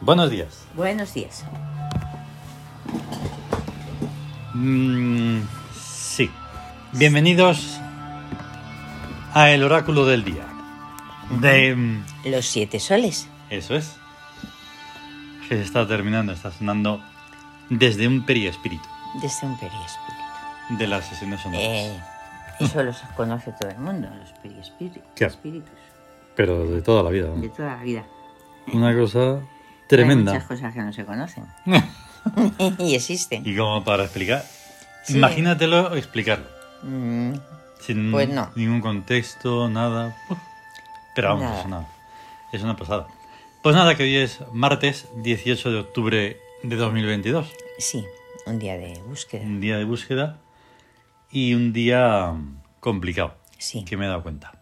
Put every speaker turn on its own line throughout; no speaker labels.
Buenos días.
Buenos días.
Mm, sí. Bienvenidos a el oráculo del día. De... mm,
Los siete soles.
Eso es. Que se está terminando, está sonando desde un periespíritu
Desde un periespíritu.
de las sesiones sonoras.
Eh, eso los conoce todo el mundo, los periespíritus.
Claro. Pero de toda la vida. ¿no?
De toda la vida.
Una cosa
Hay muchas
tremenda.
cosas que no se conocen. y existen.
Y como para explicar.
Sí.
Imagínatelo explicarlo.
Mm,
Sin
Pues no.
ningún contexto, nada. Uf. Pero vamos, Es,
Nada.
una, es una pasada. Pues nada, que hoy es martes 18 de octubre de 2022.
sí, un día de búsqueda.
Un día de búsqueda y un día mm, complicado,
Sí.
que me he dado cuenta.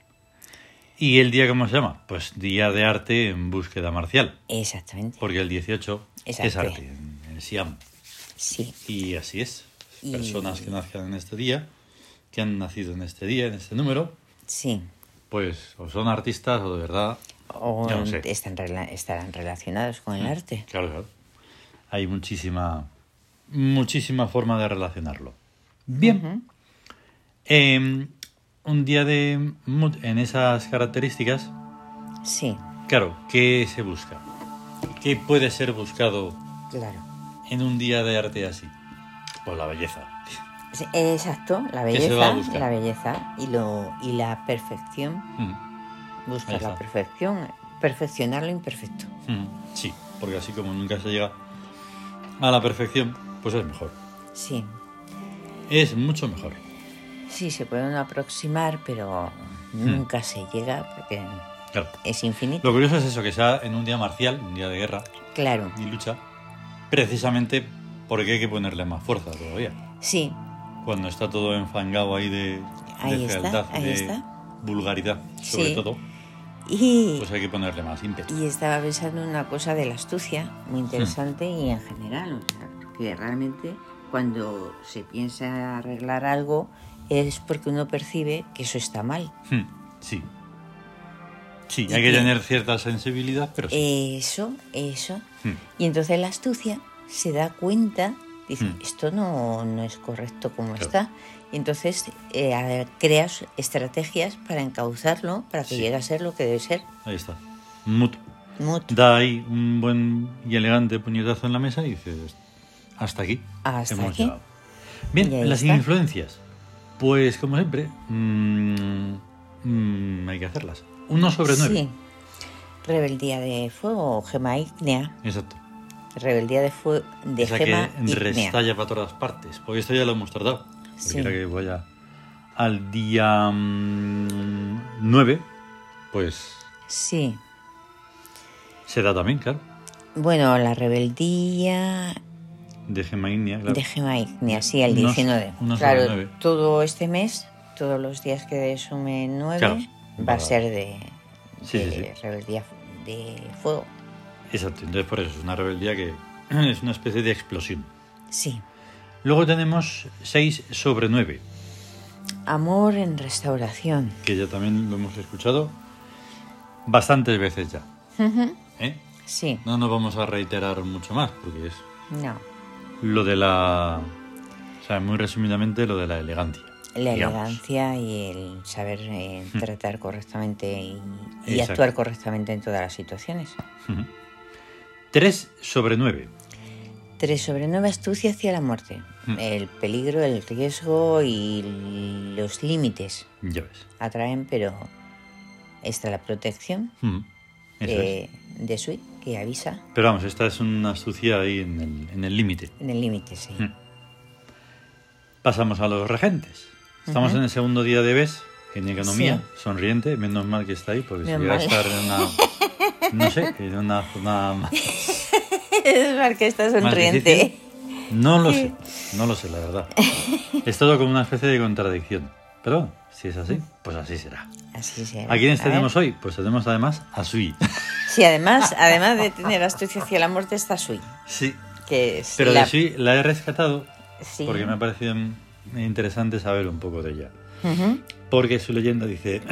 ¿Y el día cómo se llama? Pues Día de Arte en Búsqueda Marcial,
Exactamente.
porque el 18
Es
es
arte.
arte, en el SIAM.
Sí.
Y así es.
Y-
Personas que nazcan en este día, que han nacido en este día, en este número,
Sí.
pues o son artistas o de verdad.
O
Ya lo sé. Mm.
están rela- estarán relacionados con el arte.
Claro, claro. Hay muchísima, muchísima forma de relacionarlo. Bien. Eh, un día de mood en esas características,
Sí,
claro, ¿qué se busca? ¿Qué puede ser buscado
claro.
en un día de arte así? Pues la belleza.
Sí, Exacto, la
¿Qué se va a
belleza,
buscar?
la belleza y lo y la perfección,
Mm, Ahí
buscar
está.
la perfección, perfeccionar lo imperfecto.
mm, Sí, porque así como nunca se llega a la perfección, pues es mejor.
Sí,
Es mucho mejor.
sí se pueden aproximar, pero
Hmm.
nunca se llega porque
Claro.
es infinito.
Lo curioso es eso, que sea en un día marcial, un día de guerra
Claro,
y lucha, precisamente porque hay que ponerle más fuerza todavía.
sí,
Cuando está todo enfangado ahí de, de
Ahí está,
fealdad,
ahí
de
está.
vulgaridad, sobre
Sí.
todo,
y,
pues hay que ponerle más ímpetu.
y estaba pensando en una cosa de la astucia, muy
Hmm.
interesante y en general, o sea, que realmente cuando se piensa arreglar algo es porque uno percibe que eso está mal.
Hmm, Sí. Sí,
Y
hay que
que- Eh.
tener cierta sensibilidad, pero Pues sí.
Eso, eso.
Hmm,
Y entonces la astucia se da cuenta, dice,
Mm.
esto no, no es correcto como
Claro.
está. Y entonces eh, a ver, creas estrategias para encauzarlo, para que
Sí.
llegue a ser lo que debe ser.
Ahí está. Mut.
Mutuo.
Da ahí un buen y elegante puñetazo en la mesa y dices, hasta aquí.
Hasta
hemos
aquí.
llegado".
Y
Bien,
ahí
las
está.
influencias. Pues como siempre, mm, mm, hay que hacerlas. Uno sobre nueve.
Sí. Rebeldía de fuego o gema ígnea.
Exacto.
Rebeldía de fuego de
Esa
gema
que
ígnea.
restalla para todas partes. Porque esto ya lo hemos tratado.
Sí.
Cualquiera que vaya al día 9, pues
Sí.
se da también, claro.
Bueno, la rebeldía
De Gema India, claro.
de gema ígnea, sí, el
Uno-
19.
uno sobre
claro,
nueve.
todo este mes, todos los días que sume 9,
Claro,
va
va.
a ser de,
Sí,
de
sí, sí.
rebeldía de fuego.
Exacto. Entonces por eso es una rebeldía que es una especie de explosión.
Sí.
Luego tenemos 6 sobre 9,
Amor en restauración.
que ya también lo hemos escuchado bastantes veces ya. ¿eh?
Sí.
No nos vamos a reiterar mucho más, porque es
No.
lo de la... O sea, muy resumidamente, lo de la elegancia.
La
digamos. Hmm.
elegancia y el saber eh, tratar correctamente y, y
Exacto.
actuar correctamente en todas las situaciones.
3 sobre 9.
3 sobre 9, astucia hacia la muerte.
Mm.
El peligro, el riesgo y los límites.
Ya ves.
atraen, pero está la protección
Mm, eso es.
de, de Sweet que avisa
Pero vamos, esta es una astucia ahí en el- en el límite.
en el límite, sí.
Mm. Pasamos a los regentes. Estamos
Ujú.
en el segundo día de BES, en economía, sonriente, menos mal que está ahí, porque si
Menos
llega a
mal.
estar en una, no sé, en una zona más,
es verdad que está
más
sonriente.
difícil, no lo sé, no lo sé, la verdad. Es todo como una especie de contradicción. Pero bueno, si es así, pues así será.
Así será.
¿A quiénes
ver.
tenemos hoy? Pues tenemos además a Sui.
Sí, además, además de tener astucia hacia la muerte, está Sui.
Sí,
Que es
pero
la...
de Sui la he rescatado
Sí.
porque me ha parecido interesante saber un poco de ella.
Ujú.
porque su leyenda dice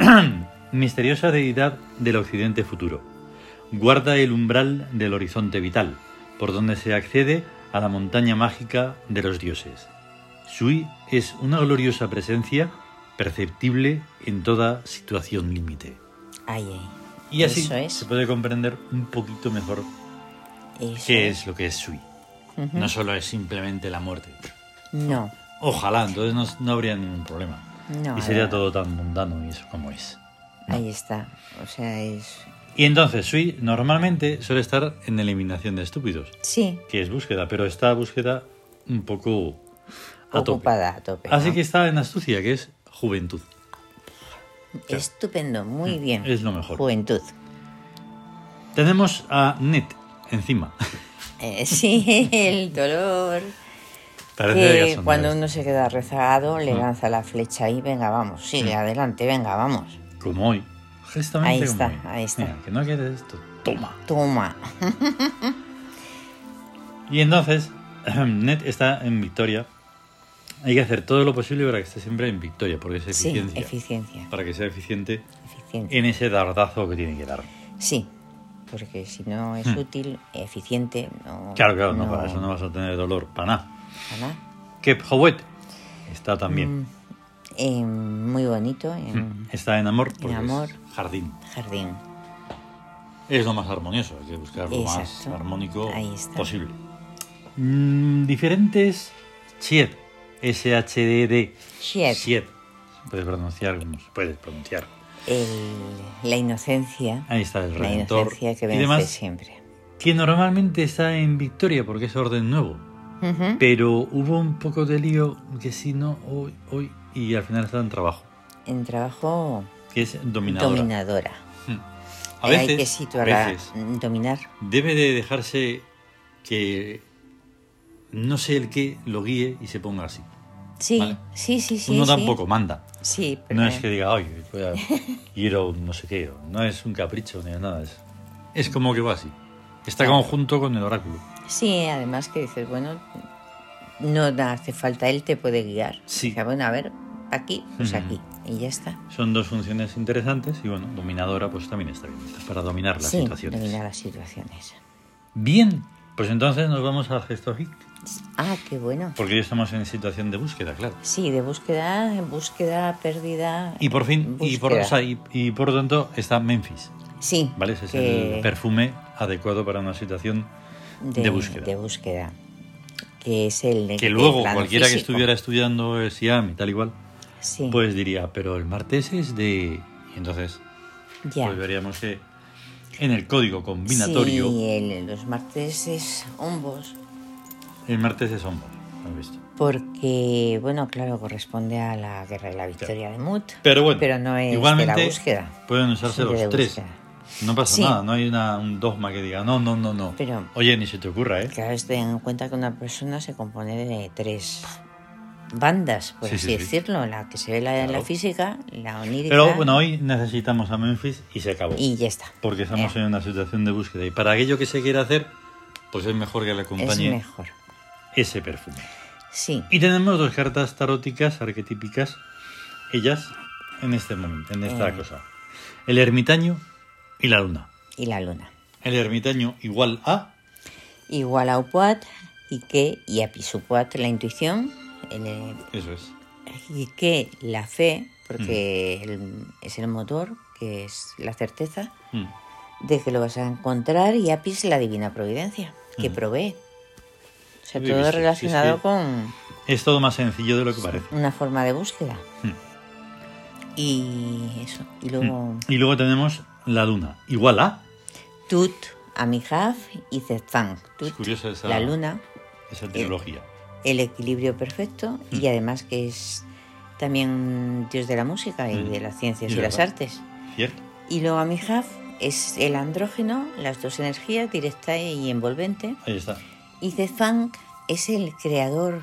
misteriosa deidad del occidente futuro, guarda el umbral del horizonte vital, por donde se accede a la montaña mágica de los dioses. Sui es una gloriosa presencia perceptible en toda situación límite.
Ay, ay.
Y así
Eso es.
se puede comprender un poquito mejor
Eso
qué
es.
es lo que es Sui. No solo es simplemente la muerte.
No,
Ojalá, entonces no, no habría ningún problema.
No,
y sería
ahora-
todo tan mundano y eso como es.
ahí está. O sea, es.
Y entonces Sui normalmente suele estar en eliminación de estúpidos,
Sí,
que es búsqueda, pero esta búsqueda un poco a tope.
ocupada a tope.
Así
¿no?
que está en astucia, que es juventud.
Estupendo, muy bien.
Mm, es lo mejor.
Juventud.
Tenemos a Net encima.
Eh, sí, el dolor.
Parece
que
gasonero
Eh, cuando
esto.
uno se queda rezagado, le lanza la flecha y venga, vamos,
Mm.
sigue adelante, venga, vamos.
Como hoy. Justamente
Ahí
como
está,
hoy.
ahí está.
Mira, que no quieres esto. Toma.
Toma.
Y entonces, Net está en victoria. Hay que hacer todo lo posible para que esté siempre en victoria, porque es
Sí,
eficiencia.
eficiencia.
para que sea eficiente
eficiencia.
en ese dardazo que tiene que dar.
Sí, porque si no es útil, eficiente, no.
Mm. Claro, claro, no, para eso no vas a tener dolor, para nada.
para nada.
Kep Howet está
Mm.
también.
Eh, muy bonito en
Está en amor porque
En amor.
es jardín.
jardín.
Es lo más armonioso, hay que buscar lo más
Exacto.
armónico
Ahí está.
posible. Mm, diferentes Chiet, S-H-D-D.
Chiet.
Puedes pronunciar como se puede pronunciar.
El- la inocencia.
Ahí está Ah, el
La
redentor.
inocencia que
Y
vence
demás,
siempre.
que normalmente está en victoria porque es orden nuevo.
Ujú.
Pero hubo un poco de lío que si no, hoy, hoy, y al final está en trabajo,
En trabajo
que es dominador.
dominadora.
A
Eh,
veces,
Hay que situarla,
a veces,
mm, dominar.
debe de dejarse que no sé el qué lo guíe y se ponga así.
Sí,
Vale.
sí, sí, sí.
Uno
sí.
tampoco manda.
Sí, pero
No es que diga, oye, voy a ir a un no sé qué, o no es un capricho ni nada. Es, es como que va así. Está
Claro.
conjunto con el oráculo.
Sí, además que dices, bueno, no da- hace falta, él te puede guiar.
Sí.
O sea, bueno, a ver, aquí, pues
Ujú.
aquí. Y ya está.
Son dos funciones interesantes y bueno, dominadora pues también está bien. está para dominar las
sí,
situaciones.
dominar las situaciones.
Bien, pues entonces nos vamos a Gesto Geek,
Ah, qué bueno.
porque ya estamos en situación de búsqueda, claro.
Sí, de búsqueda, en búsqueda, pérdida.
Y por fin, y por,
búsqueda.
o sea, y, y por lo tanto está Memphis,
Sí.
¿vale? Ese es
que-
el perfume adecuado para una situación de búsqueda.
de búsqueda, Que es el de-
que
el
luego
plano
cualquiera que
físico.
estuviera estudiando el SIAM y tal igual,
Sí,
pues diría, pero el martes es de... Y entonces
ya.
pues veríamos que en el código combinatorio
Sí, el- los martes es hombos.
el martes es hombro, ¿has visto?
Porque, bueno, claro, corresponde a la guerra de la victoria de Mut.
Pero bueno,
no es
igualmente
de la búsqueda.
pueden usarse
Es de
los tres.
búsqueda.
No pasa
Sí.
nada, no hay una- un dogma que diga, no, no, no, no.
Pero-
Oye, ni se te ocurra, ¿eh?
Claro, es ten en cuenta que una persona se compone de tres bandas, por
Sí,
así
sí, sí.
decirlo. La que se ve la, la
Claro.
física, la onírica.
Pero bueno, hoy necesitamos a Memphis y se acabó.
Y ya está.
Porque estamos
Eh,
en una situación de búsqueda. Y para aquello que se quiera hacer, pues es mejor que le
Es
acompañe
mejor.
ese perfume.
Sí.
Y tenemos dos cartas taróticas arquetípicas, ellas en este momento, en esta
Eh.
cosa. El ermitaño y la luna.
Y la luna.
El ermitaño igual a
Igual a Upuat, Ike y a Pisupuat, la intuición. en el-
eso es.
Ike, la fe, porque el- es el motor, que es la certeza
Mm.
de que lo vas a encontrar. Y Apis, la divina providencia, que
Ujú.
provee. O sea,
Sí,
todo
sí, sí,
relacionado
sí.
con
Es todo más sencillo de lo que parece.
una forma de búsqueda.
Mm.
Y eso. Y luego
Y luego tenemos la luna igual a
Tut, Amijaf y Zetzang. Tut,
curiosa esa-
la luna,
esa trilogía.
el equilibrio perfecto y
Hmm.
además que es también dios de la música y
Mm.
de las ciencias
Y
y,
de
las
la-
artes.
¿Cierto?
Y luego Amijaf es el andrógeno, las dos energías, directa y envolvente.
Ahí está.
Y Zetzang es el creador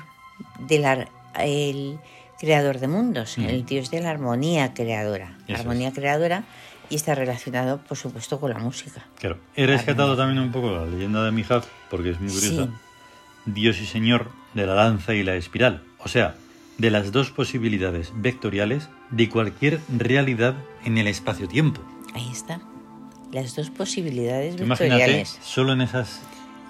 de la- el creador de mundos,
Mm.
el dios de la armonía creadora.
Eso es.
armonía creadora y está relacionado, por supuesto, con la música.
Claro. He rescatado también un poco la leyenda de Mijaf, porque es muy curiosa.
Sí.
Dios y Señor de la danza y la espiral. O sea, de las dos posibilidades vectoriales de cualquier realidad en el espacio-tiempo.
Ahí está. las dos posibilidades
Tú Imagínate,
vectoriales.
solo en esas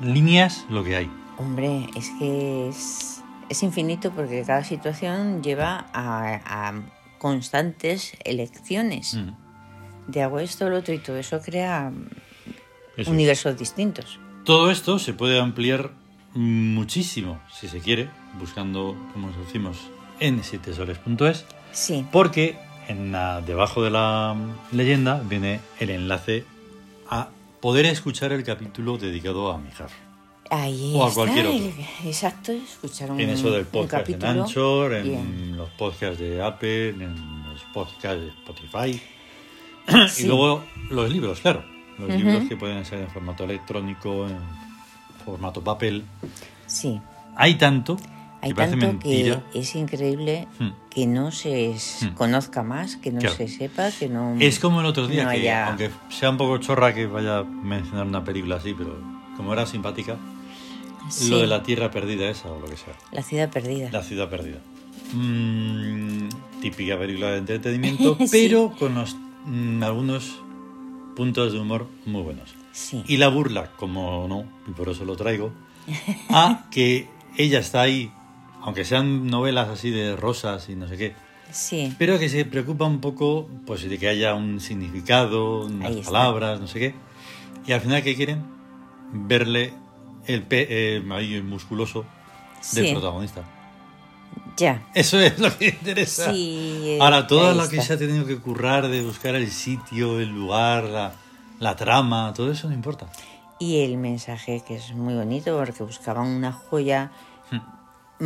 líneas lo que hay.
Hombre, es que es, es infinito porque cada situación lleva a, a constantes elecciones.
Mm,
De hago esto, lo otro y todo eso crea
eso es.
universos distintos.
Todo esto se puede ampliar muchísimo, si se quiere, buscando, como decimos, en sitesores.es,
Sí,
porque en la- debajo de la leyenda viene el enlace a poder escuchar el capítulo dedicado a Mijar.
ahí
O a
está.
cualquier otro.
el- Exacto, escuchar un,
En eso del
Mm, un
podcast en
capítulo.
Anchor, en
Bien.
los podcasts de Apple, en los podcasts de Spotify.
Sí.
Y luego los libros, claro. Los libros que pueden ser en formato electrónico, en formato papel.
Sí,
Hay tanto
hay
que parece
tanto que
mentira.
es increíble
Hmm.
que no se s-
Hmm.
conozca más, que no
Claro.
se sepa, que no...
Es como el otro día,
Mm. no
que
haya-
aunque sea un poco chorra que vaya a mencionar una película así, pero como era simpática,
Sí,
lo de la tierra perdida esa o lo que sea.
la ciudad perdida.
La ciudad perdida. Mm, típica película de entretenimiento,
Sí.
pero con los- mm, algunos puntos de humor muy buenos.
Sí,
Y la burla, como no, y por eso lo traigo, a que ella está ahí, aunque sean novelas así de rosas y no sé qué,
sí.
pero que se preocupa un poco pues de que haya un significado, unas
Ahí está.
palabras, no sé qué. Y al final, ¿qué quieren? Verle el, pe eh, ahí el musculoso del
Sí.
protagonista.
Ya.
Eso es lo que interesa.
Sí, eh,
Ahora, toda
ahí
la que
está.
se ha tenido que currar de buscar el sitio, el lugar, la, la trama, todo eso no importa.
Y el mensaje que es muy bonito porque buscaban una joya
Hmm.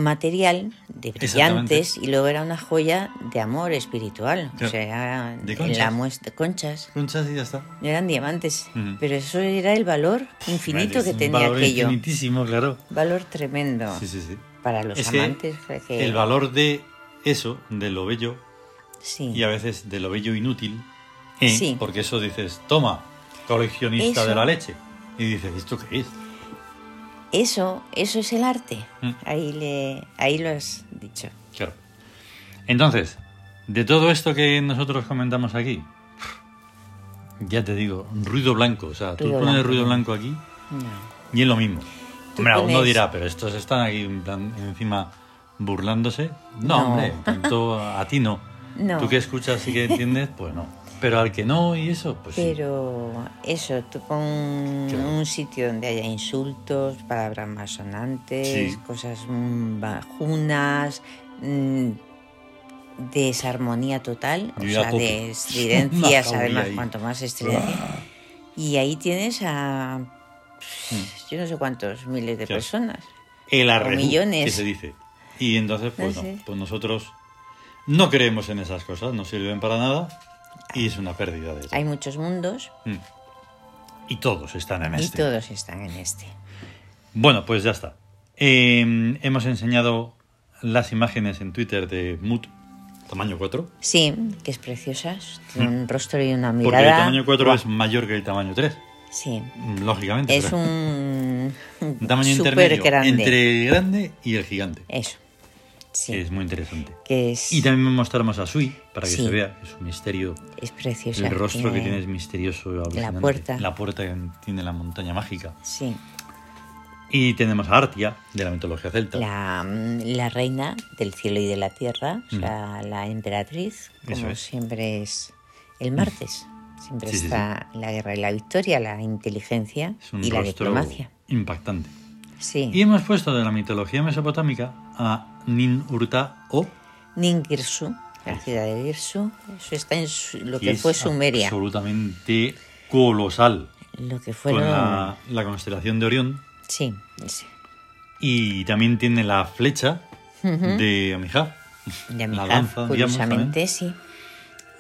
material de
Exactamente.
brillantes y luego era una joya de amor espiritual. O
Claro.
sea, era
De
en
conchas.
la muestra conchas.
Conchas y ya está.
No eran diamantes,
Ujú.
pero eso era el valor infinito
Es
que
un
tenía
valor
aquello.
Infinitísimo, claro.
Valor tremendo
Sí, sí, sí.
para los
Es que
amantes. que- que-
El valor de eso, de lo bello,
Sí.
y a veces de lo bello inútil, ¿eh?
Mm. Sí.
porque eso dices, toma, coleccionista
Eso.
de la leche. Y dices, ¿esto qué es?
Eso, eso es el arte.
Mm.
Ahí, le, ahí lo has dicho.
Claro. Entonces, de todo esto que nosotros comentamos aquí, ya te digo, ruido blanco. O sea, tú
Ruido
pones
blanco.
ruido blanco aquí
No.
y es lo mismo.
Tú
Hombre, uno
pones-
dirá, pero estos están aquí en plan, encima burlándose. No,
No.
hombre, tanto a ti no.
No.
Tú que escuchas y que entiendes, pues no. Pero al que no y eso, pues sí.
Pero eso, tú pon
Claro.
un sitio donde haya insultos, palabras malsonantes,
Sí.
cosas mm, bajunas, mm, desarmonía total, o
Yo ya
sea,
tope.
de
Una
estridencias,
jauría
además,
ahí. Ah.
cuanto más estridencia. y ahí tienes a
Mm.
yo no sé cuántos miles de
Claro.
personas.
El arrejú,
millones. Ah,
que se dice. Y entonces, pues
No
no,
sé.
pues nosotros no creemos en esas cosas, no sirven para nada y es una pérdida de todo.
Hay muchos mundos
Mm. Y todos están en
y
este.
todos están en este.
Bueno, pues ya está. Eh, hemos enseñado las imágenes en Twitter de Mood tamaño 4.
Sí, que es preciosa, tiene un rostro y una
Mm. Porque
mirada.
el tamaño 4
Guau.
es mayor que el tamaño 3,
Sí.
mm, lógicamente.
Es
pero-
un
un tamaño
súper
intermedio
grande.
entre el grande y el gigante.
Eso. Sí.
que Es muy interesante.
que es,
Y también mostramos a Sui para que
Sí.
se vea, es un misterio
es preciosa.
El rostro que
tiene-
tiene es misterioso. alucinante.
puerta.
La puerta que tiene la montaña mágica.
Sí.
Y tenemos a Artia, de la mitología celta.
La, la reina del cielo y de la tierra, o sea, la emperatriz,
Mm. Eso
como
es. Mm.
siempre es el martes. Siempre
Sí, sí,
está la guerra y la victoria, la inteligencia
Es un
y la
rostro
diplomacia.
impactante.
Sí.
Y hemos puesto de la mitología mesopotámica a Nin Urta O,
Ningirsu, la ciudad de Girsu, eso está en su- lo que
es
fue Sumeria,
absolutamente colosal.
lo que fueron...
Con la, la constelación de Orión.
Sí, sí.
Y también tiene la flecha
Ujú.
de Amijah.
De mi
La
hija,
danza, digamos,
curiosamente,
también.
sí.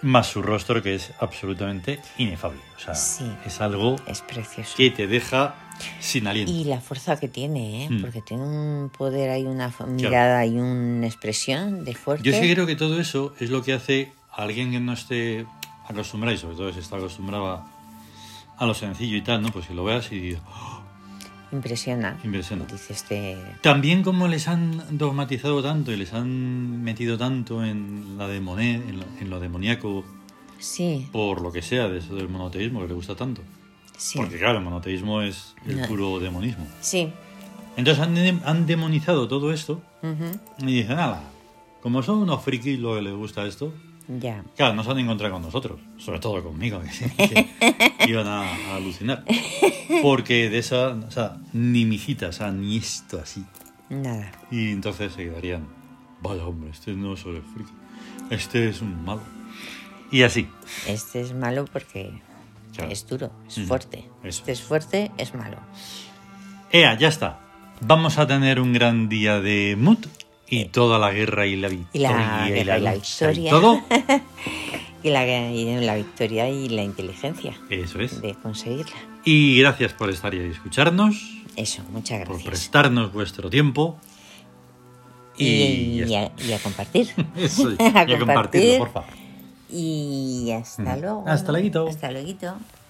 Más su rostro que es absolutamente inefable. O sea,
Sí.
es algo
Es precioso.
que te deja sin aliento.
Y la fuerza que tiene, ¿eh?
Mm.
porque tiene un poder, hay una fa- mirada y una expresión de fuerte.
Yo sí creo que todo eso es lo que hace a alguien que no esté acostumbrado, y sobre todo si está acostumbrado a- a lo sencillo y tal, ¿no? Pues que lo veas y digas, "Oh".
Impresiona.
Impresiona.
Dice este.
También como les han dogmatizado tanto y les han metido tanto en, la demoné- en, lo, en lo demoníaco
Sí.
por lo que sea de eso del monoteísmo que le gusta tanto.
Sí.
Porque claro, el monoteísmo es el
No.
puro demonismo.
Sí.
Entonces han, de- han demonizado todo esto
ujú,
y dicen, nada, como son unos frikis lo que les gusta esto,
Ya.
claro, no se han encontrado con nosotros, sobre todo conmigo, que, sí, que iban a, a alucinar. Porque de esa, o sea, ni mijita, o sea, ni esto así.
Nada.
Y entonces se quedarían, vaya hombre, este no es el friki, este es un malo. Y así.
Este es malo porque
Claro.
es duro, es
Mm,
fuerte.
eso.
Este es fuerte, es malo.
Ea, ya está. Vamos a tener un gran día de Mut y toda la guerra y la
Y
victoria
la guerra y la
lucha
victoria.
todo.
Y la, y la victoria y la inteligencia
Eso es.
de conseguirla.
Y gracias por estar y escucharnos,
Eso, muchas
por
gracias.
prestarnos vuestro tiempo. Y, ya
Y, y
está.
a, y a compartir.
Eso es. y
a
a compartirlo,
compartir.
por favor.
y hasta
Mm.
luego.
Hasta luego.
Hasta luego.